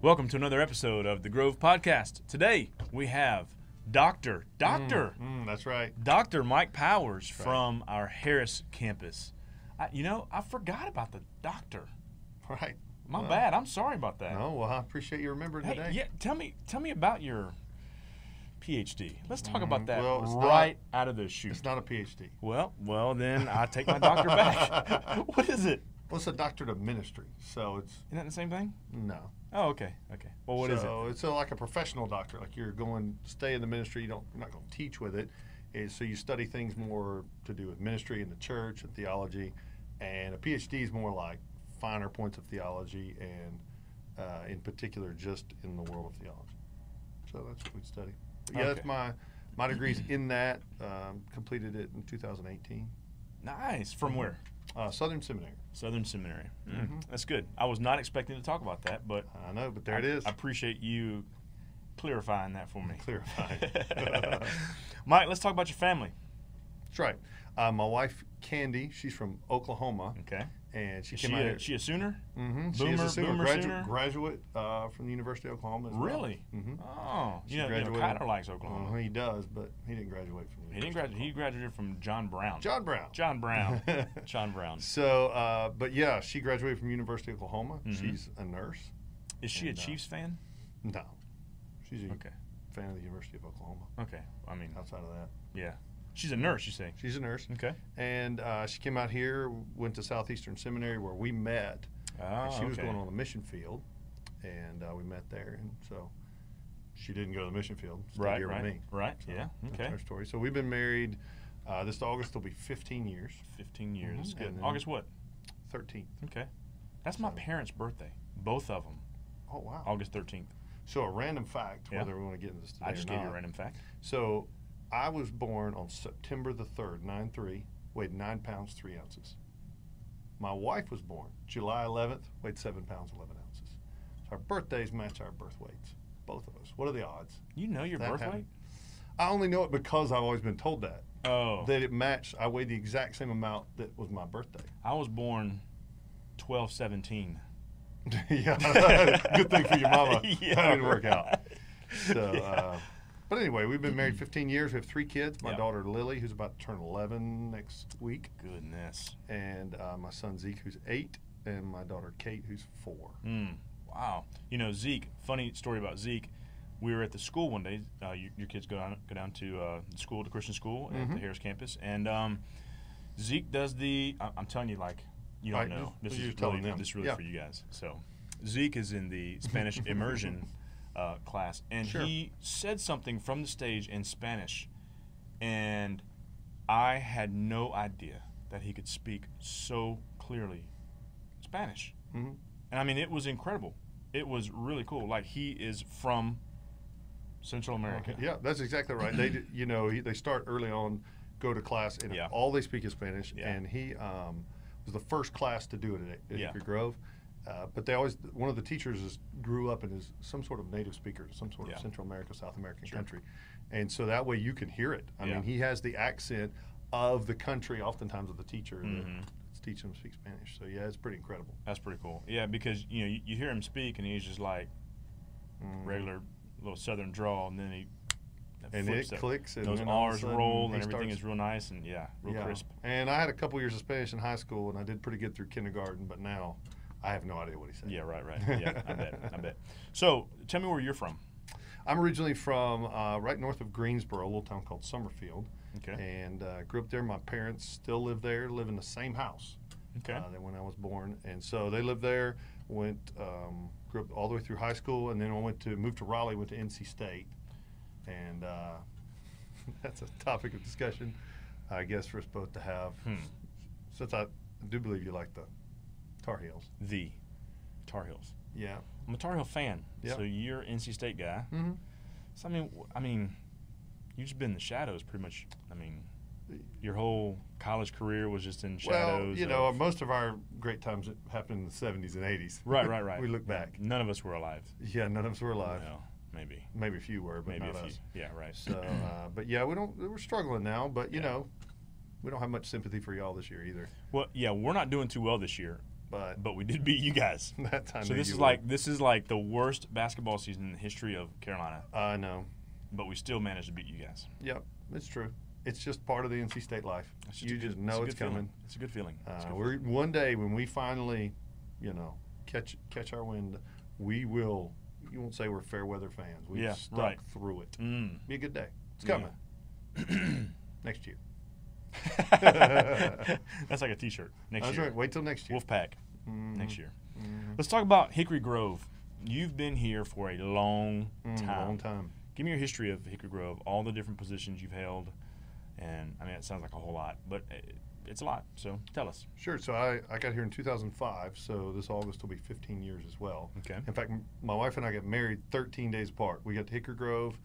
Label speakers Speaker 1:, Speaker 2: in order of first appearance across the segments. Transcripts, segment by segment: Speaker 1: Welcome to another episode of the Grove Podcast. Today we have Doctor Doctor
Speaker 2: Mm, that's right.
Speaker 1: Doctor Mike Powers from our Harris campus. I, you know, I forgot about the doctor.
Speaker 2: Right.
Speaker 1: My
Speaker 2: Well,
Speaker 1: bad. I'm sorry about that.
Speaker 2: No, well, I appreciate you remembering
Speaker 1: Hey,
Speaker 2: today.
Speaker 1: yeah, tell me, tell me about your PhD. Let's talk about that
Speaker 2: Mm, well, it's not-
Speaker 1: right out of the chute.
Speaker 2: It's not a PhD.
Speaker 1: Well, well, then I take my doctor back. what is it?
Speaker 2: Well, it's a doctorate of ministry, so it's
Speaker 1: Isn't that the same thing?
Speaker 2: no.
Speaker 1: Oh, okay, okay. Well, what is
Speaker 2: so it's a, like a professional doctor. Like you're going to stay in the ministry. You don't. You're not going to teach with it. Is so you study things more to do with ministry and the church and theology, and a PhD is more like finer points of theology and, uh, in particular, just in the world of theology. So that's what we study. But yeah, that's
Speaker 1: Okay.
Speaker 2: my my degree's in that. Um, completed it in 2018.
Speaker 1: it? Nice. From where?
Speaker 2: Uh, Southern Seminary.
Speaker 1: Southern Seminary. Mm, That's good. I was not expecting to talk about that, but
Speaker 2: I know, but Mm-hmm. there it
Speaker 1: I-
Speaker 2: is.
Speaker 1: I appreciate you clarifying that for me.
Speaker 2: Clarifying.
Speaker 1: Mike, let's talk about your family.
Speaker 2: That's right. Uh, my wife, Candy, she's from Oklahoma,
Speaker 1: Okay.
Speaker 2: and she
Speaker 1: Is
Speaker 2: came
Speaker 1: she
Speaker 2: out
Speaker 1: a,
Speaker 2: here.
Speaker 1: she a Sooner?
Speaker 2: Mhm. she
Speaker 1: boomer-
Speaker 2: is a Sooner,
Speaker 1: boomer
Speaker 2: gradu-
Speaker 1: Sooner?
Speaker 2: graduate uh, from the University of Oklahoma. As well.
Speaker 1: Really?
Speaker 2: Mhm.
Speaker 1: Oh,
Speaker 2: She
Speaker 1: you know, you know,
Speaker 2: graduated- Uh-huh.
Speaker 1: Kyler likes Oklahoma.
Speaker 2: Well, he does, but he didn't graduate from. The
Speaker 1: He didn't
Speaker 2: University of
Speaker 1: graduate. He graduated from John Brown.
Speaker 2: Oklahoma. John Brown.
Speaker 1: John Brown. John Brown.
Speaker 2: So, uh, but yeah, she graduated from University of Oklahoma.
Speaker 1: Mhm.
Speaker 2: She's a nurse.
Speaker 1: Is she a
Speaker 2: And, uh,
Speaker 1: Chiefs fan?
Speaker 2: No, she's a
Speaker 1: Okay.
Speaker 2: fan of the University of Oklahoma.
Speaker 1: Okay. I mean,
Speaker 2: Outside of that,
Speaker 1: yeah. She's a nurse, you say.
Speaker 2: she's a nurse,
Speaker 1: Okay.
Speaker 2: and uh, she came out here, went to Southeastern Seminary where we met.
Speaker 1: Oh,
Speaker 2: and she was
Speaker 1: okay.
Speaker 2: going on the mission field, and uh, we met there, and so she didn't go to the mission field. stayed
Speaker 1: right,
Speaker 2: here
Speaker 1: right,
Speaker 2: With me.
Speaker 1: right.
Speaker 2: So
Speaker 1: yeah.
Speaker 2: That's
Speaker 1: Okay.
Speaker 2: our story. So we've been married. Uh, this August will be 15 years.
Speaker 1: 15 years. That's
Speaker 2: Mhm.
Speaker 1: good.
Speaker 2: And then-
Speaker 1: August what?
Speaker 2: 13.
Speaker 1: Okay. That's my
Speaker 2: So-
Speaker 1: parents' birthday. Both of them.
Speaker 2: Oh wow.
Speaker 1: August 13th.
Speaker 2: So a random fact,
Speaker 1: Yeah.
Speaker 2: whether we want to get into this today
Speaker 1: I just
Speaker 2: or
Speaker 1: gave
Speaker 2: not.
Speaker 1: you a random fact.
Speaker 2: So I was born on September the 3rd, 9-3, weighed 9 pounds 3 ounces. My wife was born July 11th, weighed 7 pounds 11 ounces. So our birthdays match our birth weights, both of us. What are the odds?
Speaker 1: You know your
Speaker 2: That
Speaker 1: birth weight?
Speaker 2: happened. I only know it because I've always been told that.
Speaker 1: Oh.
Speaker 2: That it matched. I weighed the exact same amount that was my birthday.
Speaker 1: I was born 1217.
Speaker 2: yeah, good thing for your mama. That didn't work out. So,
Speaker 1: Yeah. Mm-hmm.
Speaker 2: uh, but anyway, we've been married 15 years. We have three kids. My
Speaker 1: Yeah.
Speaker 2: daughter Lily, who's about to turn 11 next week,
Speaker 1: Goodness.
Speaker 2: and uh, my son Zeke, who's eight, and my daughter Kate, who's four.
Speaker 1: Mm, wow. You know, Zeke, funny story about Zeke. We were at the school one day. Uh, your, your kids go down, go down to uh, the school, the Christian school at the
Speaker 2: Mhm.
Speaker 1: Harris campus. And um, Zeke does the, I, I'm telling you, like, you don't
Speaker 2: Right,
Speaker 1: know.
Speaker 2: just-
Speaker 1: This
Speaker 2: you're
Speaker 1: is,
Speaker 2: telling
Speaker 1: really,
Speaker 2: them.
Speaker 1: this is really
Speaker 2: Yeah.
Speaker 1: for you guys. So Zeke is in the Spanish immersion uh, class. And
Speaker 2: Sure.
Speaker 1: he said something from the stage in Spanish. And I had no idea that he could speak so clearly Spanish.
Speaker 2: Mhm.
Speaker 1: And I mean, it was incredible. It was really cool. Like he is from Central America.
Speaker 2: Yeah, that's exactly right. They, d- you know, he, they start early on, go to class, and
Speaker 1: Yeah.
Speaker 2: all they speak is Spanish.
Speaker 1: Yeah.
Speaker 2: And he um, was the first class to do it at, at
Speaker 1: Yeah.
Speaker 2: Acre Grove. Uh, but they always, one of the teachers is, grew up and is some sort of native speaker, some sort
Speaker 1: Yeah.
Speaker 2: of Central America, South American
Speaker 1: Sure.
Speaker 2: country, and so that way you can hear it. I
Speaker 1: Yeah.
Speaker 2: mean, he has the accent of the country, oftentimes of the teacher
Speaker 1: Mhm.
Speaker 2: that's teaching him to speak Spanish. So yeah, it's pretty incredible.
Speaker 1: That's pretty cool. Yeah, because you know you, you hear him speak and he's just like
Speaker 2: Mhm.
Speaker 1: regular little Southern drawl, and then he
Speaker 2: Mm. And
Speaker 1: flips
Speaker 2: it
Speaker 1: that-
Speaker 2: clicks, and
Speaker 1: Those
Speaker 2: then all of a
Speaker 1: R's
Speaker 2: sudden
Speaker 1: roll
Speaker 2: he
Speaker 1: and everything
Speaker 2: starts
Speaker 1: is real nice and yeah, real
Speaker 2: Yeah.
Speaker 1: crisp.
Speaker 2: And I had a couple years of Spanish in high school, and I did pretty good through kindergarten. But now, I have no idea what he said.
Speaker 1: Yeah, right, right. Yeah, I bet. I bet. So tell me where you're from.
Speaker 2: I'm originally from uh, right north of Greensboro, a little town called Summerfield,
Speaker 1: Okay.
Speaker 2: and uh, grew up there. My parents still live there, live in the same house
Speaker 1: Okay.
Speaker 2: uh, than when I was born, and so they lived there. Went um, grew up all the way through high school, and then I went to moved to Raleigh, went to NC State, and uh, that's a topic of discussion, I guess, for us both to have.
Speaker 1: Hmm.
Speaker 2: Since I do believe you like the Tar Heels,
Speaker 1: the Tar Heels.
Speaker 2: yeah.
Speaker 1: I'm a Tar Heel fan.
Speaker 2: Yeah.
Speaker 1: So you're an NC State guy.
Speaker 2: Mm-hmm.
Speaker 1: So I mean, w- I mean, you've just been in the shadows pretty much. I mean, your whole college career was just in shadows.
Speaker 2: Well, you know,
Speaker 1: of-
Speaker 2: most of our great times happened in the '70s and '80s.
Speaker 1: right, right, right.
Speaker 2: we look
Speaker 1: Yeah,
Speaker 2: back.
Speaker 1: None of us were alive.
Speaker 2: Yeah, none of us were alive.
Speaker 1: No, maybe,
Speaker 2: Maybe a few were, but
Speaker 1: maybe
Speaker 2: not
Speaker 1: a few.
Speaker 2: us.
Speaker 1: Yeah, right.
Speaker 2: So, uh, but yeah, we don't. We're struggling now, but you
Speaker 1: Yeah.
Speaker 2: know, we don't have much sympathy for y'all this year either.
Speaker 1: Well, yeah, we're not doing too well this year.
Speaker 2: but
Speaker 1: but we did beat you guys.
Speaker 2: that time.
Speaker 1: so this is like this is like the worst basketball season in the history of Carolina,
Speaker 2: I know.
Speaker 1: but we still managed to beat you guys.
Speaker 2: Yep, it's true. It's just part of the NC State life.
Speaker 1: That's
Speaker 2: you
Speaker 1: a good-
Speaker 2: just
Speaker 1: that's a
Speaker 2: know
Speaker 1: good
Speaker 2: it's
Speaker 1: feeling.
Speaker 2: coming.
Speaker 1: It's a good feeling. It's a
Speaker 2: Uh,
Speaker 1: good
Speaker 2: we're one day when we finally, you know, catch catch our wind, we will. You won't say we're fair weather fans. We
Speaker 1: Yeah,
Speaker 2: have stuck
Speaker 1: right.
Speaker 2: through it.
Speaker 1: feeling.
Speaker 2: Be a good day. It's
Speaker 1: Yeah.
Speaker 2: coming. next year.
Speaker 1: Mm. That's like a T-shirt next
Speaker 2: That's
Speaker 1: year.
Speaker 2: right. Wait till next year. Mm-hmm.
Speaker 1: Wolfpack next year.
Speaker 2: Mhm.
Speaker 1: Let's talk about Hickory Grove. You've been here for a long
Speaker 2: Mm,
Speaker 1: time.
Speaker 2: Long time.
Speaker 1: Give me your history of Hickory Grove, all the different positions you've held, and I mean it sounds like a whole lot, but it, it's a lot. So tell us.
Speaker 2: Sure. So I, I got here in 2005. So this August will be 15 years as well.
Speaker 1: Okay.
Speaker 2: In fact, m- my wife and I got married 13 days apart. We got to Hickory Grove,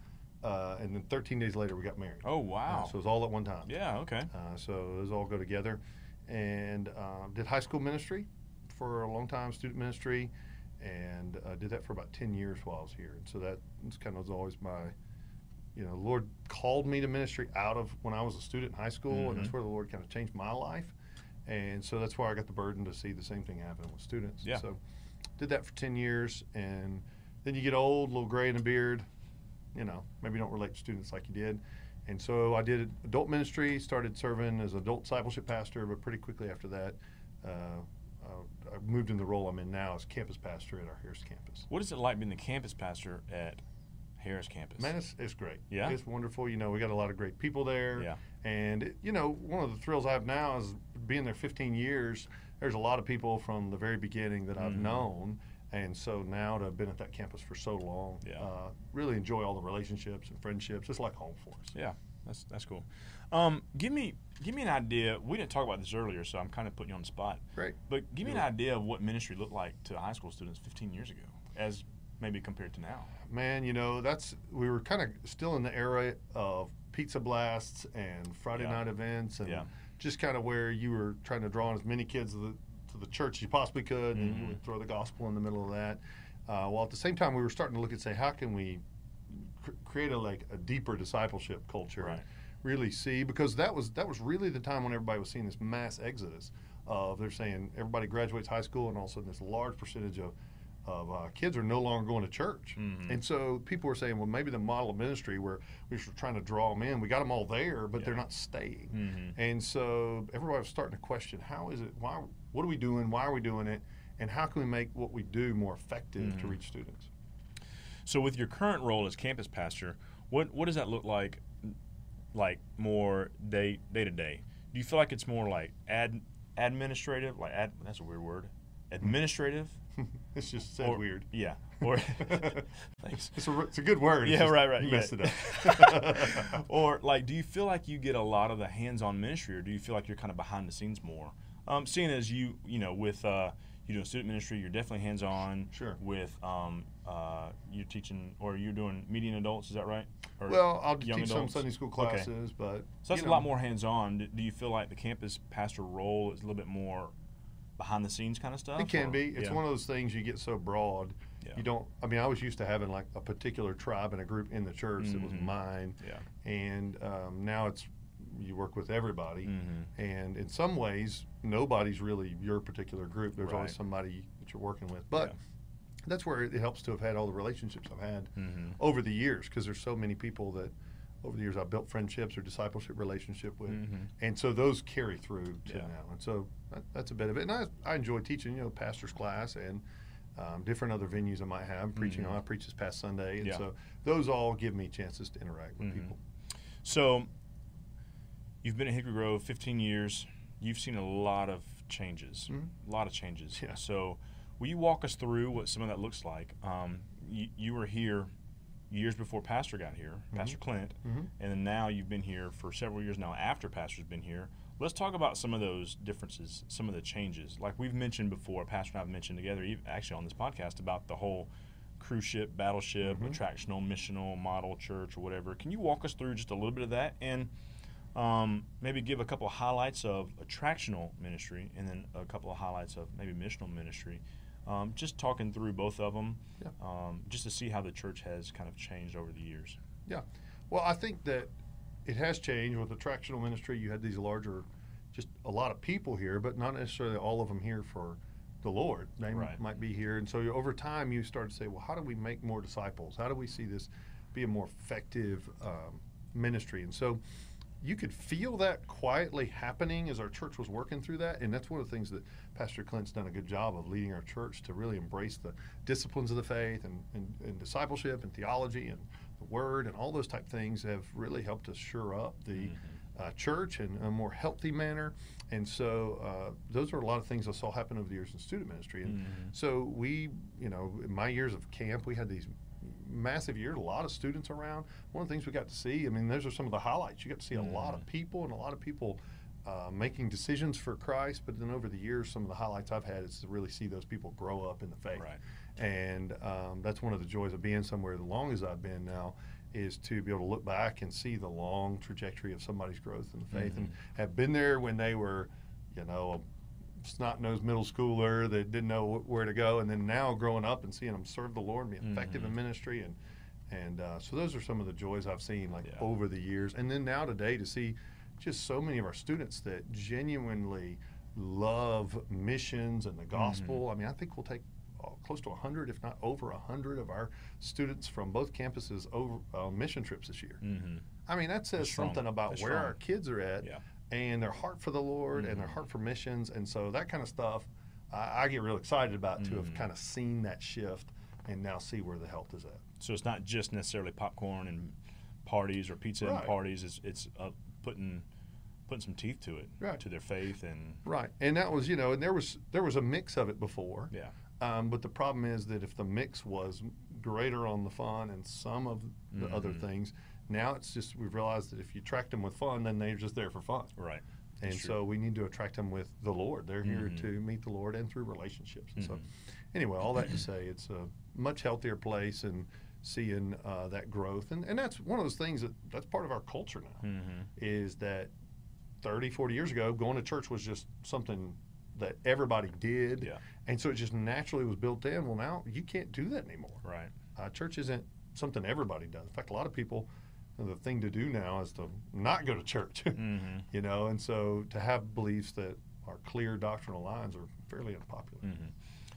Speaker 2: uh, and then 13 days later we got married.
Speaker 1: Oh
Speaker 2: Uh,
Speaker 1: wow.
Speaker 2: so it was all at one time.
Speaker 1: yeah. Okay.
Speaker 2: Uh, so those all go together. And um, did high school ministry for a long time, student ministry, and uh, did that for about 10 years while I was here. And so that was kind of was always my, you know, the Lord called me to ministry out of when I was a student in high school,
Speaker 1: Mhm.
Speaker 2: and that's where the Lord kind of changed my life. And so that's why I got the burden to see the same thing happen with students.
Speaker 1: Yeah.
Speaker 2: So did that for 10 years. And then you get old, a little gray in the beard, you know, maybe you don't relate to students like you did. And so I did adult ministry, started serving as adult discipleship pastor, but pretty quickly after that, uh, I, I moved in the role I'm in now as campus pastor at our Harris campus.
Speaker 1: What is it like being the campus pastor at Harris Campus?
Speaker 2: Man, it's, it's great.
Speaker 1: Yeah?
Speaker 2: It's wonderful. You know, we got a lot of great people there.
Speaker 1: Yeah.
Speaker 2: And, it, you know, one of the thrills I have now is being there 15 years, there's a lot of people from the very beginning that I've
Speaker 1: Mhm.
Speaker 2: known. And so now to have been at that campus for so long,
Speaker 1: Yeah.
Speaker 2: uh, really enjoy all the relationships and friendships. It's like home for us.
Speaker 1: Yeah, that's that's cool. Um, give me give me an idea. We didn't talk about this earlier, so I'm kind of putting you on the spot.
Speaker 2: Great.
Speaker 1: But give me an
Speaker 2: Do it.
Speaker 1: idea of what ministry looked like to high school students 15 years ago, as maybe compared to now.
Speaker 2: Man, you know, that's we were kind of still in the era of pizza blasts and Friday
Speaker 1: Yeah.
Speaker 2: night events and
Speaker 1: Yeah.
Speaker 2: just kind of where you were trying to draw in as many kids to the, to the church as you possibly could and you
Speaker 1: Mhm.
Speaker 2: would throw the gospel in the middle of that. Uh, while at the same time, we were starting to look at say, how can we cr- create a like a deeper discipleship culture and
Speaker 1: Right.
Speaker 2: really see because that was that was really the time when everybody was seeing this mass exodus of they're saying everybody graduates high school and all of a sudden this large percentage of of uh, kids are no longer going to church
Speaker 1: Mhm.
Speaker 2: and so people were saying well maybe the model of ministry where we were trying to draw them in we got them all there but they're
Speaker 1: Yeah.
Speaker 2: not staying
Speaker 1: Mm-hmm.
Speaker 2: and so everybody was starting to question how is it, why, what are we doing, why are we doing it, and how can we make what we do more effective to
Speaker 1: Mhm.
Speaker 2: reach students?
Speaker 1: So, with your current role as campus pastor, what what does that look like, like more day day to day? Do you feel like it's more like ad administrative, like ad, that's a weird word, administrative?
Speaker 2: it's just said
Speaker 1: Or-
Speaker 2: weird.
Speaker 1: Yeah. Or thanks.
Speaker 2: It's a, it's a good word. it's
Speaker 1: Yeah,
Speaker 2: just
Speaker 1: right, right.
Speaker 2: You
Speaker 1: yeah.
Speaker 2: messed it up.
Speaker 1: or like, do you feel like you get a lot of the hands-on ministry, or do you feel like you're kind of behind the scenes more? Um, seeing as you, you know, with uh, you doing student ministry, you're definitely hands-on.
Speaker 2: Sure.
Speaker 1: With um, uh, you're teaching, or you're doing meeting adults. Is that right? Or,
Speaker 2: well, I'll teach
Speaker 1: young
Speaker 2: some
Speaker 1: adults.
Speaker 2: Sunday school
Speaker 1: Okay.
Speaker 2: classes, but
Speaker 1: so that's
Speaker 2: you
Speaker 1: a lot
Speaker 2: know,
Speaker 1: more hands-on. Do, do you feel like the campus pastor role is a little bit more behind the scenes kind of stuff?
Speaker 2: It can
Speaker 1: or-
Speaker 2: be. It's
Speaker 1: Uh-huh. yeah.
Speaker 2: one of those things you get so broad.
Speaker 1: Yeah.
Speaker 2: You don't. I mean, I was used to having like a particular tribe and a group in the church that was
Speaker 1: Mhm.
Speaker 2: mine,
Speaker 1: Yeah.
Speaker 2: and um, now it's you work with everybody.
Speaker 1: Mhm.
Speaker 2: and in some ways nobody's really your particular group there's always
Speaker 1: Right.
Speaker 2: somebody that you're working with but
Speaker 1: Yeah.
Speaker 2: that's where it helps to have had all the relationships i've had
Speaker 1: Mhm.
Speaker 2: over the years because there's so many people that over the years i've built friendships or discipleship relationship with
Speaker 1: Mhm.
Speaker 2: and so those carry through to
Speaker 1: Yeah.
Speaker 2: now and so that, that's a bit of it and I, I enjoy teaching you know pastor's class and um, different other venues i might have preaching
Speaker 1: Mhm.
Speaker 2: on i preached this past sunday and
Speaker 1: Yeah.
Speaker 2: so those all give me chances to interact with
Speaker 1: Mhm.
Speaker 2: people
Speaker 1: So, you've been at Hickory Grove 15 years. You've seen a lot of changes,
Speaker 2: Mhm.
Speaker 1: a lot of changes.
Speaker 2: Yeah.
Speaker 1: So, will you walk us through what some of that looks like? Um, you, you were here years before Pastor got here, Pastor Clint,
Speaker 2: Mhm.
Speaker 1: and then now you've been here for several years now after Pastor's been here. Let's talk about some of those differences, some of the changes. Like we've mentioned before, Pastor and I have mentioned together, even actually on this podcast, about the whole cruise ship, battleship, attractional, missional, model church, or whatever. Can you walk us through just a little bit of that and um, maybe give a couple of highlights of attractional ministry and then a couple of highlights of maybe missional ministry? Um, just talking through both of them,
Speaker 2: Yeah.
Speaker 1: um, just to see how the church has kind of changed over the years.
Speaker 2: Yeah. Well, I think that it has changed with the tractional ministry. You had these larger, just a lot of people here, but not necessarily all of them here for the Lord. They m-
Speaker 1: Right.
Speaker 2: might be here. And so you- over time, you start to say, well, how do we make more disciples? How do we see this be a more effective um, ministry? And so you could feel that quietly happening as our church was working through that. And that's one of the things that Pastor Clint's done a good job of leading our church to really embrace the disciplines of the faith and, and, and discipleship and theology and the word and all those type things have really helped us shore up the uh, church in a more healthy manner. And so uh, those are a lot of things I saw happen over the years in student ministry. And so we, you know, in my years of camp, we had these massive year, a lot of students around. One of the things we got to see, I mean, those are some of the highlights. You got to see a lot of people and a lot of people uh, making decisions for Christ. But then over the years, some of the highlights I've had is to really see those people grow up in the faith.
Speaker 1: Right.
Speaker 2: And um, that's one of the joys of being somewhere as long as I've been now is to be able to look back and see the long trajectory of somebody's growth in the faith
Speaker 1: Mm-hmm.
Speaker 2: and have been there when they were, you know, a snot-nosed middle schooler that didn't know wh- where to go. And then now growing up and seeing them serve the Lord and be effective in ministry. And, and uh, so those are some of the joys I've seen like
Speaker 1: Yeah.
Speaker 2: over the years. And then now today to see just so many of our students that genuinely love missions and the gospel. I mean, I think we'll take uh, close to 100, if not over 100, of our students from both campuses over uh, mission trips this year.
Speaker 1: Mm-hmm.
Speaker 2: I mean, that says
Speaker 1: That's strong.
Speaker 2: something about
Speaker 1: That's
Speaker 2: where
Speaker 1: strong.
Speaker 2: our kids are at
Speaker 1: Yeah. Mm-hmm.
Speaker 2: and their heart for the Lord and their heart for missions. And so that kind of stuff, I, I get real excited about to
Speaker 1: Mm.
Speaker 2: have kind of seen that shift and now see where the health is at.
Speaker 1: So it's not just necessarily popcorn and parties or pizza
Speaker 2: Right.
Speaker 1: and parties. It's it's uh, putting putting some teeth to it,
Speaker 2: Right.
Speaker 1: to their faith and
Speaker 2: Right. And that was, you know, and there was there was a mix of it before.
Speaker 1: yeah.
Speaker 2: Um, but the problem is that if the mix was greater on the fun and some of the other
Speaker 1: Mm-hmm.
Speaker 2: things, now it's just we've realized that if you attract them with fun, then they're just there for fun.
Speaker 1: Right.
Speaker 2: And
Speaker 1: That's true. Mm-hmm.
Speaker 2: so we need to attract them with the Lord. They're here to meet the Lord and through relationships. And so, anyway, all that to say, it's a much healthier place and seeing uh, that growth. And, and that's one of those things that that's part of our culture
Speaker 1: Mm-hmm.
Speaker 2: now is that 30, 40 years ago, going to church was just something that everybody did.
Speaker 1: Yeah.
Speaker 2: And so it just naturally was built in. Well, now you can't do that anymore.
Speaker 1: Right.
Speaker 2: Uh, church isn't something everybody does. In fact, a lot of people, the thing to do now is to not go to church.
Speaker 1: Mm-hmm.
Speaker 2: you know and so to have beliefs that are clear doctrinal lines are fairly unpopular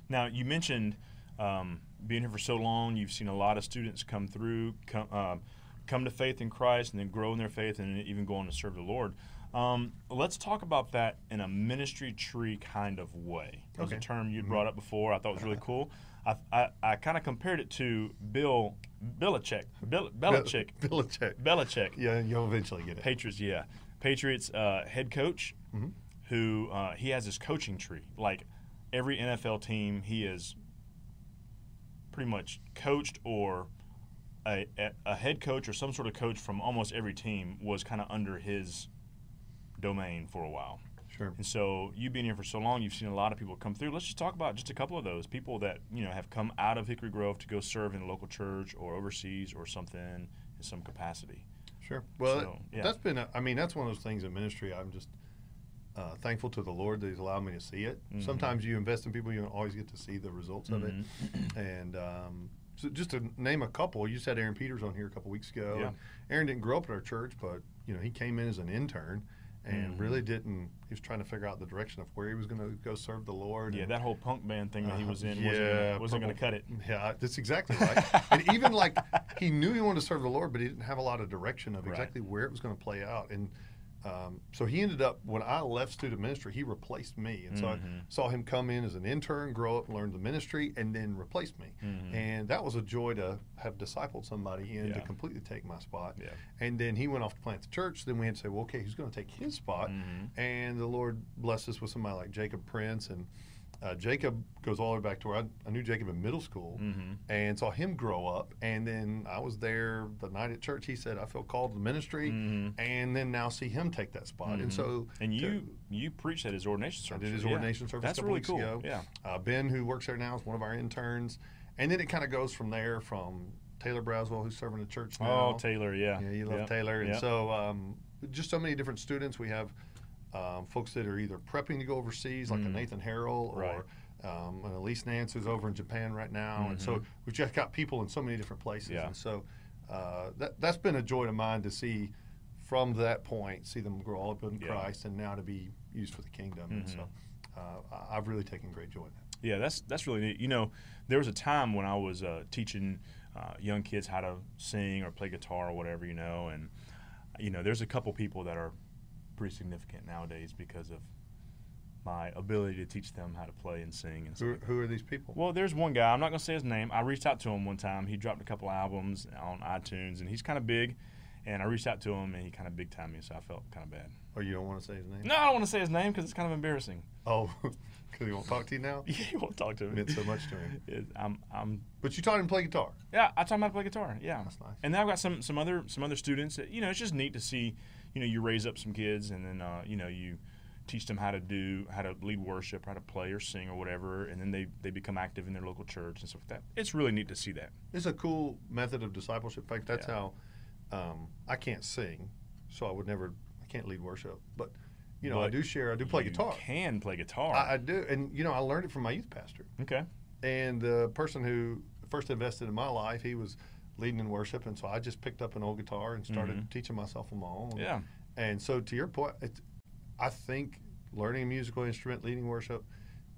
Speaker 1: Now you mentioned um, being here for so long. You've seen a lot of students come through, come um come to faith in Christ, and then grow in their faith, and even go on to serve the Lord. Um, let's talk about that in a ministry tree kind of way. It was a
Speaker 2: Okay.
Speaker 1: term you brought up before. I thought it was really cool. I, I, I kind of compared it to Bill Belichick, Bill, Belichick,
Speaker 2: Belichick
Speaker 1: Belichick.
Speaker 2: yeah you'll eventually get it
Speaker 1: Patriots, yeah. Patriots uh, head coach, who uh, he has his coaching tree. Like every NFL team, he is pretty much coached or a, a- a head coach or some sort of coach from almost every team was kind of under his domain for a while.
Speaker 2: sure
Speaker 1: And so you being here for so long, you've seen a lot of people come through. Let's just talk about just a couple of those people that you know have come out of Hickory Grove to go serve in a local church or overseas or something in some capacity.
Speaker 2: sure well
Speaker 1: So, yeah.
Speaker 2: that's been a, i mean that's one of those things in ministry i'm just uh, thankful to the lord that he's allowed me to see it
Speaker 1: Mm-hmm.
Speaker 2: sometimes you invest in people you don't always get to see the results of
Speaker 1: Mm-hmm.
Speaker 2: it and um, so just to name a couple you just had aaron peters on here a couple weeks ago
Speaker 1: Yeah.
Speaker 2: and aaron didn't grow up at our church but you know he came in as an intern and
Speaker 1: Mm-hmm.
Speaker 2: really didn't he was trying to figure out the direction of where he was going to go serve the lord
Speaker 1: Yeah,
Speaker 2: and-
Speaker 1: that whole punk band thing that he
Speaker 2: Uh,
Speaker 1: was in
Speaker 2: yeah,
Speaker 1: wasn't going to
Speaker 2: purple-
Speaker 1: cut it.
Speaker 2: Yeah, that's exactly right. and even like he knew he wanted to serve the Lord, but he didn't have a lot of direction of
Speaker 1: Right.
Speaker 2: exactly where it was going to play out. And um, so he ended up when I left student ministry, he replaced me, and so
Speaker 1: Mm-hmm.
Speaker 2: I saw him come in as an intern, grow up, learn the ministry, and then replace me. And that was a joy to have discipled somebody in to
Speaker 1: Mm-hmm. Yeah.
Speaker 2: completely take my spot.
Speaker 1: Yeah.
Speaker 2: And then he went off to plant the church. Then we had to say, well, okay, who's going to take his
Speaker 1: uh,
Speaker 2: spot?
Speaker 1: Mm-hmm.
Speaker 2: And the Lord blessed us with somebody like Jacob Prince. And uh, Jacob goes all the way back to where I, I knew Jacob in middle
Speaker 1: Mm-hmm.
Speaker 2: school and saw him grow up. And then I was there the night at church. He said, I feel called to ministry.
Speaker 1: Mm.
Speaker 2: And then now see him take that spot. And so.
Speaker 1: Mm-hmm. And
Speaker 2: to-
Speaker 1: you you preached at his ordination service.
Speaker 2: I did his
Speaker 1: Mm-hmm. yeah.
Speaker 2: ordination service
Speaker 1: That's
Speaker 2: a couple
Speaker 1: really
Speaker 2: weeks
Speaker 1: cool.
Speaker 2: ago.
Speaker 1: Yeah.
Speaker 2: Uh, ben, who works there now, is one of our interns. And then it kind of goes from there from Taylor Braswell, who's serving the church now.
Speaker 1: Oh, Taylor. Yeah.
Speaker 2: Yeah, you love
Speaker 1: Yep.
Speaker 2: Taylor. And
Speaker 1: Yep.
Speaker 2: so, um, just so many different students. We have um, folks that are either prepping to go overseas, like a Nathan Harrell, or
Speaker 1: Right.
Speaker 2: um, an Elise Nance who's over in Japan right now. And so, we've just got people in so many different places.
Speaker 1: Yeah.
Speaker 2: And so, uh, that, that's been a joy to mine to see from that point, see them grow up in
Speaker 1: Yeah.
Speaker 2: Mm-hmm. Christ and now to be used for the kingdom. And so, uh, I- I've really taken great joy in that.
Speaker 1: Yeah, that's that's really neat. You know, there was a time when I was uh, teaching uh, young kids how to sing or play guitar or whatever, you know, and you know, there's a couple people that are pretty significant nowadays because of my ability to teach them how to play and sing and
Speaker 2: Who,
Speaker 1: stuff.
Speaker 2: who are these people?
Speaker 1: Well, there's one guy. I'm not going to say his name. I reached out to him one time. He dropped a couple albums on iTunes, and he's kind of big. And I reached out to him, and he kind of big timed me, so I felt kind of bad.
Speaker 2: Oh, you don't want to say his name?
Speaker 1: No, I don't want to say his name because it's kind of embarrassing.
Speaker 2: Oh, because he won't talk to you now?
Speaker 1: you won't talk to
Speaker 2: It
Speaker 1: him.
Speaker 2: meant so much to him.
Speaker 1: It- I'm, I'm,
Speaker 2: But you taught him to play guitar.
Speaker 1: yeah. I taught him how to play guitar. Yeah.
Speaker 2: That's nice.
Speaker 1: And then I've got some some other some other students that you know it's just neat to see, you know, you raise up some kids and then uh, you know you teach them how to do how to lead worship, how to play or sing or whatever, and then they they become active in their local church and stuff like that. It's really neat to see that.
Speaker 2: It's a cool method of discipleship. In fact, that's
Speaker 1: Yeah.
Speaker 2: how um, I can't sing, so I would never, I can't lead worship. But, you know, I
Speaker 1: But
Speaker 2: do share, I do play
Speaker 1: You
Speaker 2: guitar.
Speaker 1: Can play guitar.
Speaker 2: I, I do. And, you know, I learned it from my youth pastor.
Speaker 1: okay.
Speaker 2: And the person who first invested in my life, he was leading in worship. And so I just picked up an old guitar and started teaching myself on my own.
Speaker 1: Mm-hmm. Yeah.
Speaker 2: And so, to your point, it, I think learning a musical instrument, leading worship,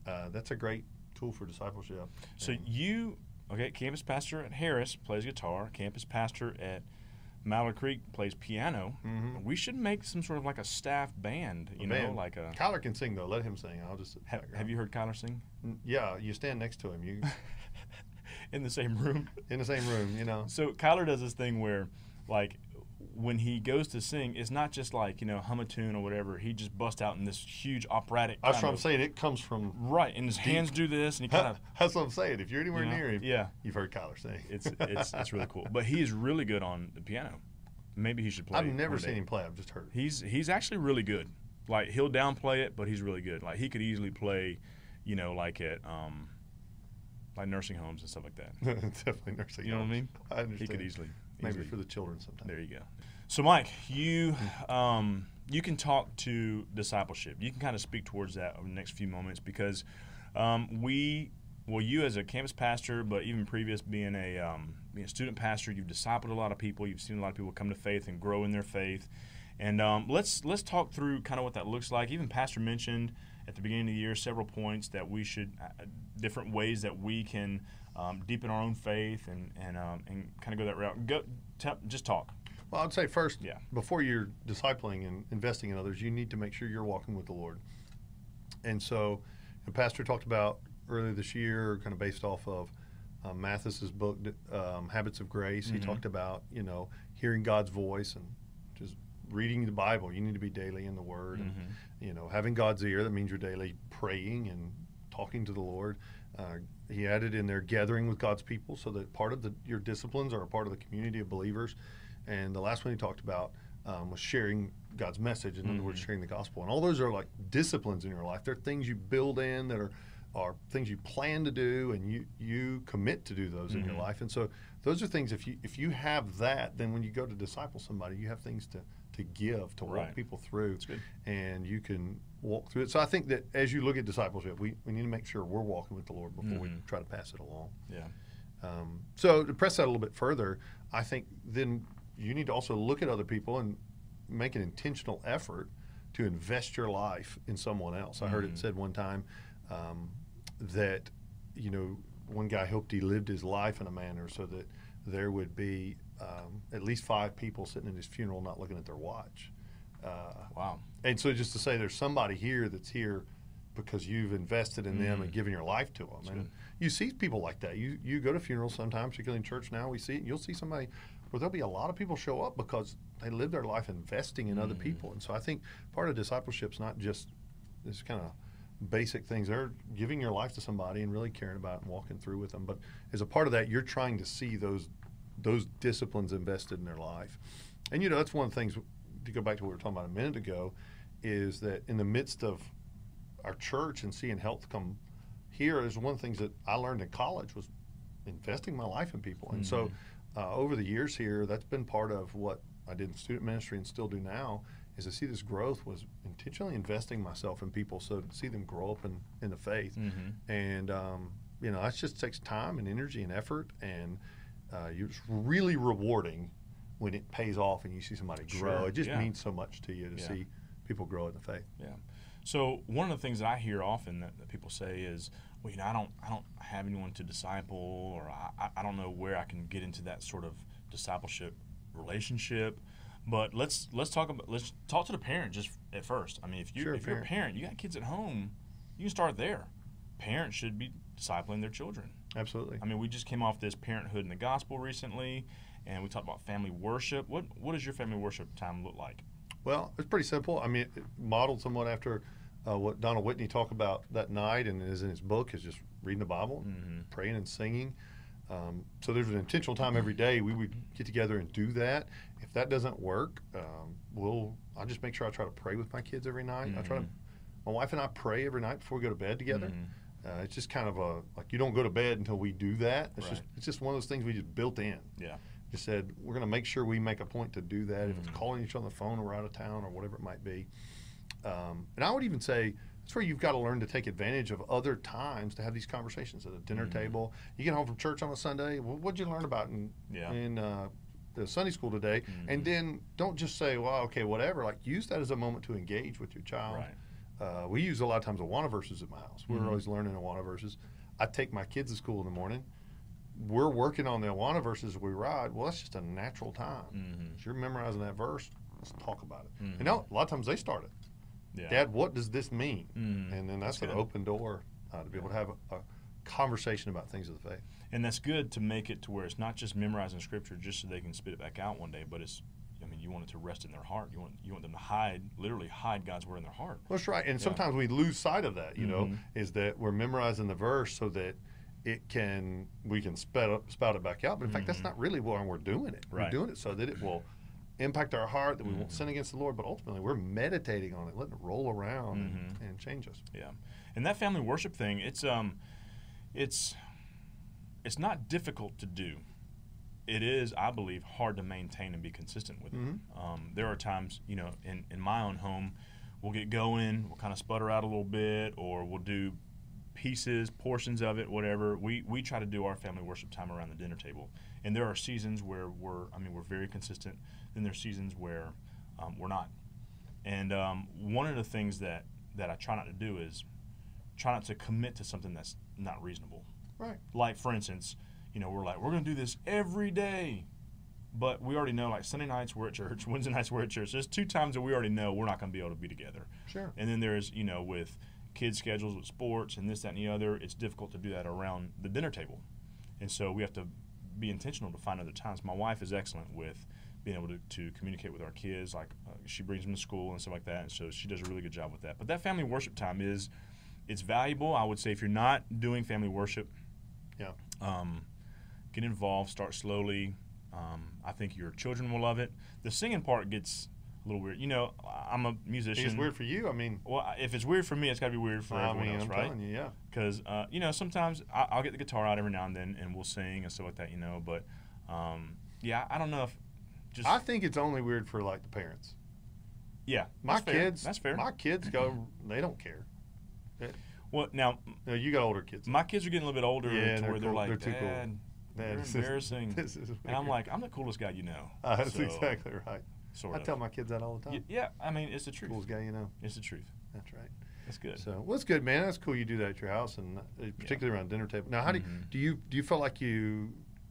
Speaker 2: uh, that's a great tool for discipleship.
Speaker 1: So you okay? Campus pastor at Harris plays guitar. Campus pastor at Mallard Creek plays piano.
Speaker 2: Mhm.
Speaker 1: We should make some sort of like a staff band. You
Speaker 2: A
Speaker 1: know,
Speaker 2: band.
Speaker 1: like a.
Speaker 2: Kyler can sing though. Let him sing. I'll just.
Speaker 1: Have, have you heard Kyler sing
Speaker 2: Yeah, you stand next to him. You
Speaker 1: in the same room?
Speaker 2: in the same room. You know.
Speaker 1: So Kyler does this thing where, like, when he goes to sing, it's not just like you know hum a tune or whatever. He just busts out in this huge operatic.
Speaker 2: That's
Speaker 1: kind
Speaker 2: what I'm
Speaker 1: of-
Speaker 2: saying. It comes from.
Speaker 1: Right, and his hands do this, and he kind of
Speaker 2: That's what I'm saying. If you're anywhere
Speaker 1: you know,
Speaker 2: near him,
Speaker 1: Yeah,
Speaker 2: you've heard Kyler sing.
Speaker 1: it's it's it's really cool. But he is really good on the piano. Maybe he should play.
Speaker 2: I've never
Speaker 1: one day.
Speaker 2: seen him play. I've just heard.
Speaker 1: He's he's actually really good. Like he'll downplay it, but he's really good. Like he could easily play, you know, like at um, like nursing homes and stuff like that.
Speaker 2: Definitely nursing.
Speaker 1: You know what I
Speaker 2: homes.
Speaker 1: mean?
Speaker 2: I understand.
Speaker 1: He could easily,
Speaker 2: Maybe
Speaker 1: easily-
Speaker 2: for the children sometimes.
Speaker 1: There you go. So Mike, you um, you can talk to discipleship. You can kind of speak towards that over the next few moments because um, we, well, you as a campus pastor, but even previous being a um, being a student pastor, you've discipled a lot of people. You've seen a lot of people come to faith and grow in their faith. And um, let's let's talk through kind of what that looks like. Even Pastor mentioned at the beginning of the year several points that we should, uh, different ways that we can um, deepen our own faith and and, um, and kind of go that route. Go, tell just talk.
Speaker 2: Well, I'd say first,
Speaker 1: Yeah.
Speaker 2: before you're discipling and investing in others, you need to make sure you're walking with the Lord. And so, the pastor talked about earlier this year, kind of based off of um, Mathis's book, um, Habits of Grace. He talked about you know hearing God's voice and just reading the Bible. You need to be daily in the
Speaker 1: Mm-hmm.
Speaker 2: Word, and you know having God's ear. That means you're daily praying and talking to the Lord. Uh, he added in there gathering with God's people, so that part of the, your disciplines are a part of the community of believers. And the last one he talked about um, was sharing God's message, in other words, sharing the gospel. And all those are like disciplines in your life. They're things you build in that are are things you plan to do and you you commit to do those in your life. And so those are things if you if you have that, then when you go to disciple somebody, you have things to to give to walk
Speaker 1: Right.
Speaker 2: people through,
Speaker 1: good.
Speaker 2: and you can walk through it. So I think that as you look at discipleship, we, we need to make sure we're walking with the Lord before we try to pass it along.
Speaker 1: Yeah.
Speaker 2: Um, so to press that a little bit further, I think then you need to also look at other people and make an intentional effort to invest your life in someone else. I heard it said one time um, that you know one guy hoped he lived his life in a manner so that there would be um, at least five people sitting at his funeral not looking at their watch. Uh,
Speaker 1: Wow.
Speaker 2: and so just to say there's somebody here that's here because you've invested in them and given your life to them. And you see people like that. You you go to funerals sometimes, particularly in church now, we see it. You'll see somebody where there'll be a lot of people show up because they live their life investing in other people. And so I think part of discipleship's not just this kind of basic things. They're giving your life to somebody and really caring about it and walking through with them. But as a part of that, you're trying to see those those disciplines invested in their life. And you know, that's one of the things to go back to what we were talking about a minute ago, is that in the midst of our church and seeing health come here is one of the things that I learned in college was investing my life in people. And so uh, over the years here, that's been part of what I did in student ministry and still do now is to see this growth was intentionally investing myself in people. So to see them grow up in, in the faith. And, um, you know, that just takes time and energy and effort. And uh, you're just really rewarding when it pays off and you see somebody grow.
Speaker 1: Sure,
Speaker 2: It just
Speaker 1: yeah.
Speaker 2: means so much to you to
Speaker 1: Yeah.
Speaker 2: see people grow in the faith.
Speaker 1: Yeah. So one of the things that I hear often that, that people say is, well, you know, I don't, I don't have anyone to disciple, or I, I- I don't know where I can get into that sort of discipleship relationship. But let's let's talk about let's talk to the parent just at first. I mean, if you
Speaker 2: Sure,
Speaker 1: if you're a
Speaker 2: parent.
Speaker 1: parent, you got kids at home, you can start there. Parents should be discipling their children.
Speaker 2: Absolutely.
Speaker 1: I mean, we just came off this Parenthood in the Gospel recently, and we talked about family worship. What what does your family worship time look like?
Speaker 2: Well, it's pretty simple. I mean, it modeled somewhat after uh, what Donald Whitney talked about that night and is in his book is just reading the Bible, praying and singing. Um, so there's an intentional time every day we would get together and do that. If that doesn't work, um, we'll I just make sure I try to pray with my kids every night. I try to, my wife and I pray every night before we go to bed together.
Speaker 1: Mm-hmm.
Speaker 2: Uh, it's just kind of a like you don't go to bed until we do that. It's just
Speaker 1: Right.
Speaker 2: it's just one of those things we just built in
Speaker 1: Yeah, Mm.
Speaker 2: just said we're going to make sure we make a point to do that. If it's calling each other on the phone or we're out of town or whatever it might be, um, and I would even say that's where you've got to learn to take advantage of other times to have these conversations at a dinner
Speaker 1: Mm-hmm.
Speaker 2: table. You get home from church on a Sunday. Well, what'd you learn about in
Speaker 1: Yeah. Mm-hmm.
Speaker 2: in uh, the Sunday school today? And then don't just say, "Well, okay, whatever." Like use that as a moment to engage with your child.
Speaker 1: Right.
Speaker 2: Uh, we use a lot of times Awana verses at my house. We're
Speaker 1: Mm-hmm.
Speaker 2: always learning Awana verses. I take my kids to school in the morning we're working on the Awana verses we ride. Well, that's just a natural time.
Speaker 1: Mm-hmm.
Speaker 2: If you're memorizing that verse, let's talk about it. And now, a lot of times they start it.
Speaker 1: Mm-hmm. yeah, Mm-hmm.
Speaker 2: Dad, what does this mean? And then that's,
Speaker 1: That's
Speaker 2: an
Speaker 1: good.
Speaker 2: open door uh, to be able to have a, a conversation about things of the faith.
Speaker 1: and that's good to make it to where it's not just memorizing scripture just so they can spit it back out one day, but it's I mean, you want it to rest in their heart. You want you want them to hide, literally hide God's word in their heart.
Speaker 2: That's right. And sometimes we lose sight of that, you know,
Speaker 1: Mm-hmm.
Speaker 2: is that we're memorizing the verse so that it can we can spout up, spout it back out. But in fact, that's not really why we're doing it.
Speaker 1: Mm-hmm. Right. Mm-hmm.
Speaker 2: We're doing it so that it will impact our heart, that we won't sin against the Lord, but ultimately we're meditating on it, letting it roll around and,
Speaker 1: Mm-hmm.
Speaker 2: and change us.
Speaker 1: Yeah, and that family worship thing, it's um, it's it's not difficult to do. It is, I believe, hard to maintain and be consistent with.
Speaker 2: Mm-hmm.
Speaker 1: It. Um, there are times, you know, in in my own home, we'll get going, we'll kind of sputter out a little bit, or we'll do pieces, portions of it, whatever. We we try to do our family worship time around the dinner table, and there are seasons where we're, I mean, we're very consistent. Then there's seasons where um, we're not. And um, one of the things that, that I try not to do is try not to commit to something that's not reasonable.
Speaker 2: Right.
Speaker 1: Like, for instance, you know, we're like, we're going to do this every day. But we already know, like, Sunday nights we're at church, Wednesday nights we're at church. There's two times that we already know we're not going to be able to be together.
Speaker 2: Sure.
Speaker 1: And then there's, you know, with kids' schedules, with sports and this, that, and the other, it's difficult to do that around the dinner table. And so we have to be intentional to find other times. My wife is excellent with being able to, to communicate with our kids. Like uh, she brings them to school and stuff like that. And so she does a really good job with that. But that family worship time is, it's valuable. I would say if you're not doing family worship,
Speaker 2: Yeah.
Speaker 1: um, get involved, start slowly. Um, I think your children will love it. The singing part gets a little weird. You know, I- I'm a musician.
Speaker 2: It's weird for you. I mean,
Speaker 1: Well, I- if it's weird for me, it's got to be weird for
Speaker 2: I
Speaker 1: everyone
Speaker 2: mean,
Speaker 1: else,
Speaker 2: I'm
Speaker 1: right?
Speaker 2: telling you, yeah.
Speaker 1: Because uh, you know, sometimes I, I'll get the guitar out every now and then, and we'll sing and stuff like that, you know. But um, yeah, I don't know if just
Speaker 2: I think it's only weird for like the parents.
Speaker 1: yeah,
Speaker 2: My
Speaker 1: that's fair.
Speaker 2: kids,
Speaker 1: That's fair.
Speaker 2: My kids go, they don't care.
Speaker 1: well, now m-
Speaker 2: No, you got older kids.
Speaker 1: my kids are getting a little bit older,
Speaker 2: Yeah,
Speaker 1: to
Speaker 2: they're
Speaker 1: where they're
Speaker 2: cool.
Speaker 1: like,
Speaker 2: They're too cool.
Speaker 1: Dad,
Speaker 2: Man,
Speaker 1: you're
Speaker 2: this is-
Speaker 1: embarrassing,
Speaker 2: this is
Speaker 1: and I'm
Speaker 2: weird.
Speaker 1: like, I'm the coolest guy you know.
Speaker 2: Uh, that's
Speaker 1: So,
Speaker 2: exactly right.
Speaker 1: Sort
Speaker 2: I
Speaker 1: of.
Speaker 2: tell my kids that all the time.
Speaker 1: Y- yeah, I mean, it's the truth.
Speaker 2: Coolest guy you know.
Speaker 1: It's the truth.
Speaker 2: That's right.
Speaker 1: That's good.
Speaker 2: So well, that's good, man. That's cool. You do that at your house, and uh, particularly around dinner table. Now, how
Speaker 1: Mm-hmm.
Speaker 2: do you, do you do you feel like you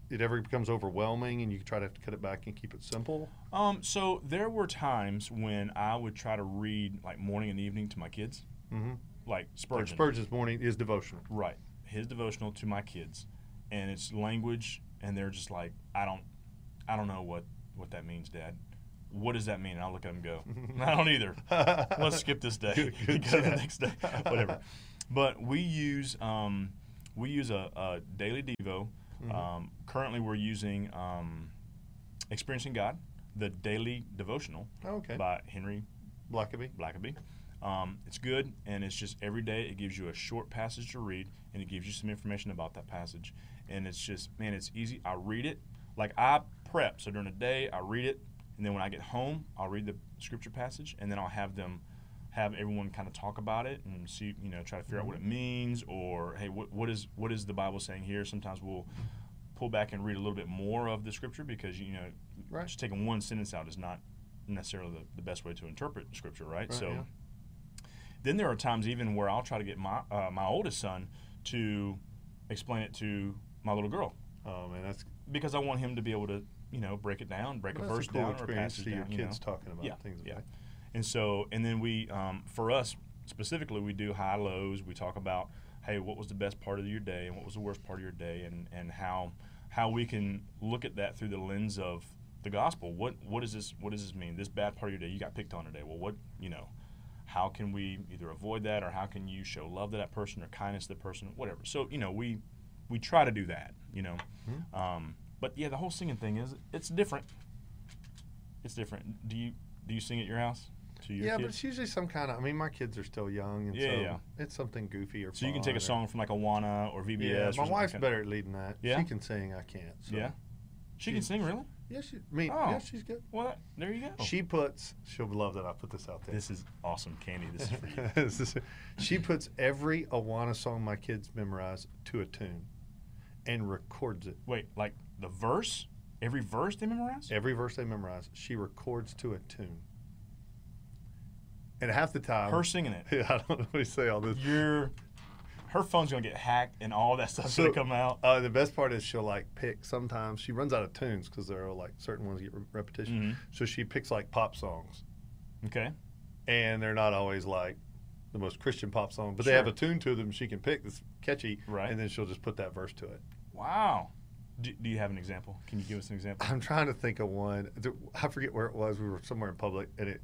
Speaker 2: it ever becomes overwhelming, and you try to have to cut it back and keep it simple?
Speaker 1: Um, so there were times when I would try to read like morning and evening to my kids,
Speaker 2: Mm-hmm.
Speaker 1: like Spurgeon.
Speaker 2: Like Spurgeon's morning is devotional.
Speaker 1: Right. His devotional to my kids, and it's language, and they're just like, I don't, I don't know what what that means, Dad. What does that mean? And I'll look at him and go, I don't either. Let's skip this day.
Speaker 2: Good- good
Speaker 1: go to the
Speaker 2: job.
Speaker 1: next day. Whatever. But we use um, we use a, a daily devo.
Speaker 2: Mm-hmm.
Speaker 1: Um, currently, we're using um, Experiencing God, the daily devotional
Speaker 2: Oh, okay,
Speaker 1: by Henry
Speaker 2: Blackaby.
Speaker 1: Blackaby. Um, it's good, and it's just every day it gives you a short passage to read, and it gives you some information about that passage. And it's just, man, it's easy. I read it. Like I prep, so during the day I read it, and then when I get home, I'll read the scripture passage, and then I'll have them, have everyone kind of talk about it and see, you know, try to figure out what it means, or hey, what, what is what is the Bible saying here? Sometimes we'll pull back and read a little bit more of the scripture because you know,
Speaker 2: Right.
Speaker 1: just taking one sentence out is not necessarily the, the best way to interpret scripture, right?
Speaker 2: Right,
Speaker 1: so
Speaker 2: yeah.
Speaker 1: Then there are times even where I'll try to get my uh, my oldest son to explain it to my little girl
Speaker 2: Oh man, that's
Speaker 1: because I want him to be able to you know break it down, break
Speaker 2: but
Speaker 1: a
Speaker 2: that's
Speaker 1: verse
Speaker 2: a cool
Speaker 1: down or a
Speaker 2: experience to
Speaker 1: passage
Speaker 2: see your
Speaker 1: down. you know?
Speaker 2: kids talking about
Speaker 1: Yeah,
Speaker 2: things. like
Speaker 1: yeah.
Speaker 2: that.
Speaker 1: And so, and then we, um, for us specifically, we do high lows. We talk about, hey, what was the best part of your day and what was the worst part of your day, and and how how we can look at that through the lens of the gospel. What what does this what does this mean? This bad part of your day, you got picked on today. Well, what you know, how can we either avoid that or how can you show love to that person or kindness to the person, whatever. So you know, we we try to do that. You know,
Speaker 2: Mm-hmm.
Speaker 1: um, but yeah, the whole singing thing is it's different. It's different. Do you do you sing at your house to your
Speaker 2: yeah, but
Speaker 1: kids?
Speaker 2: it's usually some kind of. I mean, my kids are still young, and
Speaker 1: Yeah,
Speaker 2: so
Speaker 1: yeah.
Speaker 2: it's something goofy or.
Speaker 1: so you can take
Speaker 2: fun
Speaker 1: a
Speaker 2: or-
Speaker 1: song from like Awana or VBS. or
Speaker 2: Yeah, my
Speaker 1: something
Speaker 2: wife's
Speaker 1: like that.
Speaker 2: better at leading that.
Speaker 1: Yeah?
Speaker 2: she can sing. I can't. So.
Speaker 1: Yeah, she can
Speaker 2: She-
Speaker 1: sing really.
Speaker 2: yeah, she. I mean,
Speaker 1: Oh.
Speaker 2: yeah, she's good.
Speaker 1: Well, that- there you go.
Speaker 2: She puts. She'll love that I put Oh, this out there.
Speaker 1: this is awesome, Candy. This is for you.
Speaker 2: This is- she puts every Awana song my kids memorize to a tune, and records it.
Speaker 1: Wait, like the verse, every verse they memorize.
Speaker 2: Every verse they memorize, she records to a tune. And half the time,
Speaker 1: Her singing it.
Speaker 2: yeah, I don't know what to say all this.
Speaker 1: Your her phone's gonna get hacked and all that stuff's gonna
Speaker 2: So-
Speaker 1: come out.
Speaker 2: Uh, the best part is she'll like pick sometimes. She runs out of tunes because there are like certain ones get re- repetition.
Speaker 1: Mhm.
Speaker 2: So she picks like pop songs,
Speaker 1: Okay.
Speaker 2: and they're not always like the most Christian pop song, but they
Speaker 1: Sure.
Speaker 2: have a tune to them she can pick that's catchy,
Speaker 1: Right.
Speaker 2: and then she'll just put that verse to it.
Speaker 1: Wow. Do, do you have an example? Can you give us an example?
Speaker 2: I'm trying to think of one. Th- I forget where it was. We were somewhere in public, and it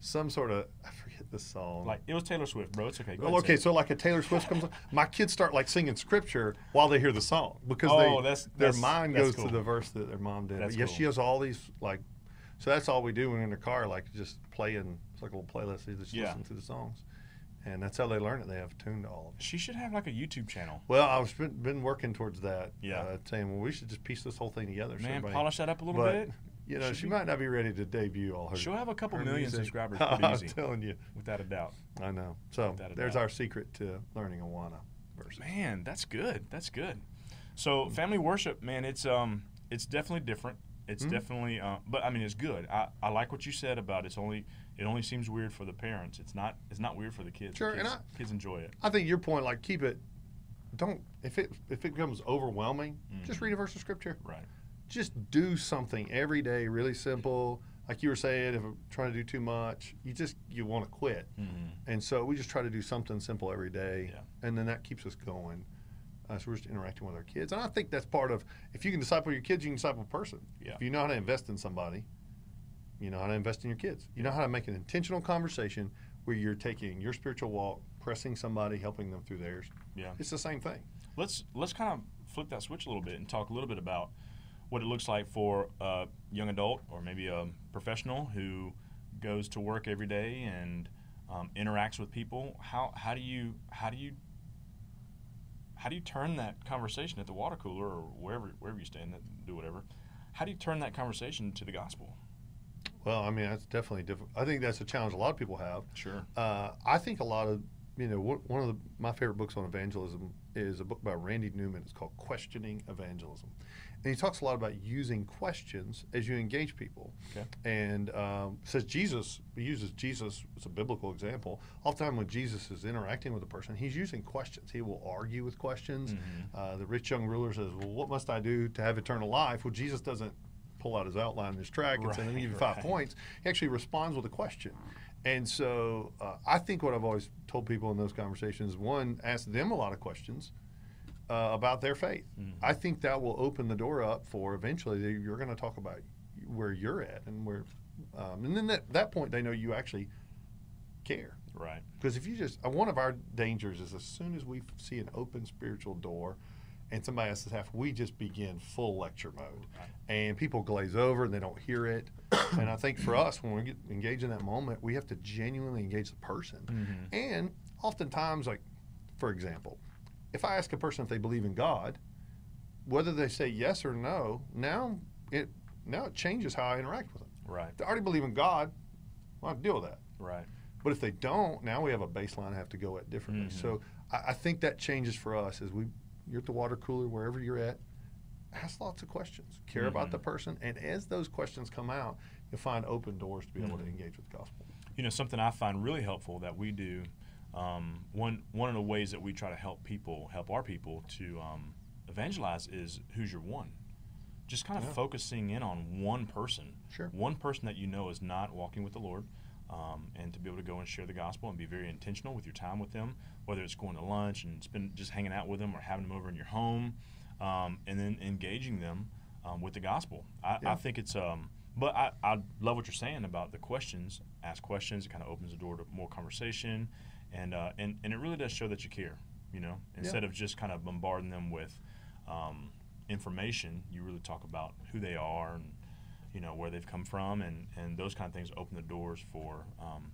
Speaker 2: some sort of I forget the song.
Speaker 1: Like it was Taylor Swift, bro. It's okay. Go
Speaker 2: Well,
Speaker 1: ahead, say
Speaker 2: okay,
Speaker 1: it.
Speaker 2: so like a Taylor Swift comes on, my kids start like singing scripture while they hear the song because
Speaker 1: Oh,
Speaker 2: they,
Speaker 1: that's-
Speaker 2: their
Speaker 1: that's-
Speaker 2: mind
Speaker 1: that's
Speaker 2: goes
Speaker 1: cool.
Speaker 2: to the verse that their mom did.
Speaker 1: That's
Speaker 2: but yeah,
Speaker 1: cool.
Speaker 2: she has all these like, so that's all we do when we're in the car, like just playing. It's like a little playlist. They just
Speaker 1: Yeah.
Speaker 2: listen to the songs, and that's how they learn it. They have tuned to all of it.
Speaker 1: she should have like a YouTube channel.
Speaker 2: Well, I've been, been working towards that.
Speaker 1: Yeah.
Speaker 2: uh, saying well, we should just piece this whole thing together. so
Speaker 1: Man,
Speaker 2: everybody-
Speaker 1: polish that up a little
Speaker 2: but,
Speaker 1: bit.
Speaker 2: You know,
Speaker 1: Should
Speaker 2: she
Speaker 1: be-
Speaker 2: might not be ready to debut all her.
Speaker 1: She'll have a couple
Speaker 2: her
Speaker 1: million
Speaker 2: music.
Speaker 1: subscribers pretty
Speaker 2: I'm
Speaker 1: easy,
Speaker 2: telling you,
Speaker 1: without a doubt.
Speaker 2: I know. So
Speaker 1: Without a
Speaker 2: there's
Speaker 1: doubt.
Speaker 2: our secret to learning Awana verses.
Speaker 1: Man, that's good. That's good. So family worship, man, it's um, it's definitely different. It's
Speaker 2: Mhm.
Speaker 1: definitely, uh, but I mean, it's good. I, I like what you said about it's only it only seems weird for the parents. It's not it's not weird for the kids. The
Speaker 2: Sure, and
Speaker 1: kids, kids enjoy it.
Speaker 2: I think your point, like keep it. Don't if it if it becomes overwhelming,
Speaker 1: Mhm.
Speaker 2: just read a verse of scripture.
Speaker 1: Right.
Speaker 2: Just do something every day, really simple. Like you were saying, if I'm trying to do too much, you just you want to quit.
Speaker 1: Mm-hmm.
Speaker 2: And so we just try to do something simple every day,
Speaker 1: Yeah.
Speaker 2: and then that keeps us going. Uh, so we're just interacting with our kids, and I think that's part of. If you can disciple your kids, you can disciple a person.
Speaker 1: Yeah.
Speaker 2: If you know how to invest in somebody, you know how to invest in your kids. You know how to make an intentional conversation where you're taking your spiritual walk, pressing somebody, helping them through theirs.
Speaker 1: Yeah.
Speaker 2: It's the same thing.
Speaker 1: Let's let's kind of flip that switch a little bit and talk a little bit about what it looks like for a young adult or maybe a professional who goes to work every day and um, interacts with people. How how do you how do you how do you turn that conversation at the water cooler or wherever wherever you stand do whatever? How do you turn that conversation to the gospel?
Speaker 2: Well, I mean, that's definitely different. I think that's a challenge a lot of people have.
Speaker 1: Sure.
Speaker 2: Uh, I think a lot of you know one one of the, my favorite books on evangelism is a book by Randy Newman. It's called Questioning Evangelism, and he talks a lot about using questions as you engage people.
Speaker 1: Okay.
Speaker 2: And um, says Jesus he uses Jesus as a biblical example. Oftentimes when Jesus is interacting with a person, he's using questions. He will argue with questions.
Speaker 1: Mm-hmm.
Speaker 2: Uh, the rich young ruler says, "Well, what must I do to have eternal life?" Well, Jesus doesn't pull out his outline and his track and say, "Let me
Speaker 1: Right,
Speaker 2: give you five
Speaker 1: right.
Speaker 2: points." points, he actually responds with a question. And so uh, I think what I've always told people in those conversations one, ask them a lot of questions uh, about their faith.
Speaker 1: Mm.
Speaker 2: I think that will open the door up for eventually that you're going to talk about where you're at and where, um, and then at that point, they know you actually care.
Speaker 1: Right.
Speaker 2: Because if you just, uh, one of our dangers is as soon as we see an open spiritual door and somebody asks us half, we just begin full lecture mode. And people glaze over and they don't hear it. and I think for us, when we get engaged in that moment, we have to genuinely engage the person. And oftentimes, like, for example, if I ask a person if they believe in God, whether they say yes or no, now it now it changes how I interact with them.
Speaker 1: Right.
Speaker 2: If they already believe in God, well, I have to deal with that.
Speaker 1: Right.
Speaker 2: But if they don't, now we have a baseline to have to go at differently.
Speaker 1: Mhm.
Speaker 2: So I, I think that changes for us as we you're at the water cooler, wherever you're at, ask lots of questions. Care about
Speaker 1: Mhm.
Speaker 2: the person. And as those questions come out, you'll find open doors to be able to engage with the gospel.
Speaker 1: you know something I find really helpful that we do Um, one one of the ways that we try to help people, help our people to um, evangelize is who's your one. Just kind of
Speaker 2: Yeah.
Speaker 1: focusing in on one person,
Speaker 2: Sure.
Speaker 1: one person that you know is not walking with the Lord, um, and to be able to go and share the gospel and be very intentional with your time with them, whether it's going to lunch and spend just hanging out with them or having them over in your home, um, and then engaging them um, with the gospel. I, I
Speaker 2: Yeah.
Speaker 1: think it's. Um, but I, I love what you're saying about the questions. Ask questions. It kind of opens the door to more conversation, and uh, and and it really does show that you care. You know, instead of just kind of bombarding them with um, information, you really talk about who they are and you know where they've come from, and and those kind of things open the doors for um,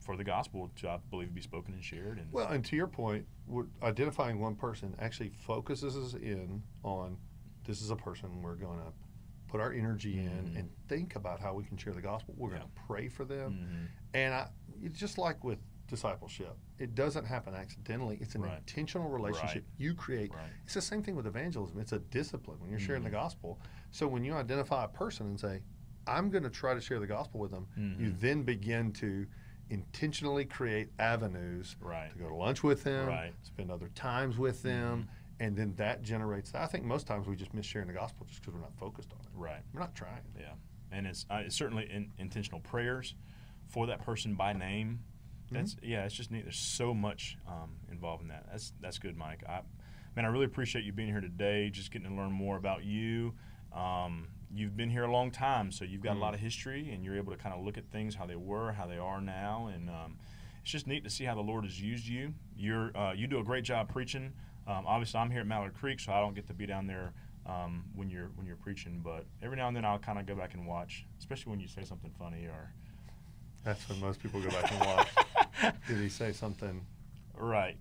Speaker 1: for the gospel to I believe be spoken and shared. And
Speaker 2: Well, and to your point, we're identifying one person actually focuses us in on this is a person we're going to put our energy in and think about how we can share the gospel. We're going to pray for them.
Speaker 1: Mhm.
Speaker 2: And I, it's just like with discipleship, it doesn't happen accidentally. It's an
Speaker 1: Right.
Speaker 2: intentional relationship you create.
Speaker 1: Right.
Speaker 2: It's the same thing with evangelism. It's a discipline when you're sharing the gospel. So when you identify a person and say, "I'm going to try to share the gospel with them," you
Speaker 1: Mm-hmm.
Speaker 2: then begin to intentionally create avenues
Speaker 1: Right.
Speaker 2: to go to lunch with them,
Speaker 1: Right.
Speaker 2: spend other times with them, and then that generates. I think most times we just miss sharing the gospel just because we're not focused on it.
Speaker 1: Right.
Speaker 2: We're not trying.
Speaker 1: Yeah, and it's, uh, it's certainly in, intentional prayers for that person by name. That's yeah, it's just neat. There's so much um, involved in that. That's that's good, Mike. I, man, I really appreciate you being here today. Just getting to learn more about you. Um, you've been here a long time, so you've got a lot of history, and you're able to kind of look at things how they were, how they are now, and um, it's just neat to see how the Lord has used you. You're uh, you do a great job preaching. Um, obviously, I'm here at Mallard Creek, so I don't get to be down there um, when you're when you're preaching. But every now and then, I'll kind of go back and watch, especially when you say something funny or
Speaker 2: That's when most people go back and watch. Did he say something?
Speaker 1: right.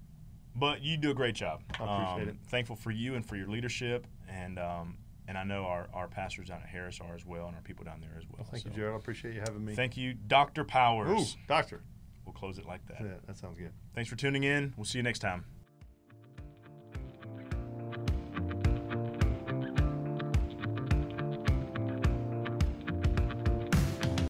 Speaker 1: But you do a great job.
Speaker 2: I appreciate
Speaker 1: Um, Thankful for you and for your leadership, and um, and I know our, our pastors down at Harris are as well, and our people down there as well.
Speaker 2: Thank
Speaker 1: So,
Speaker 2: you, Jared. I appreciate you having me.
Speaker 1: Thank you, Doctor
Speaker 2: Ooh,
Speaker 1: Powers.
Speaker 2: doctor.
Speaker 1: We'll close it like that.
Speaker 2: Yeah, that sounds good.
Speaker 1: Thanks for tuning in. We'll see you next time.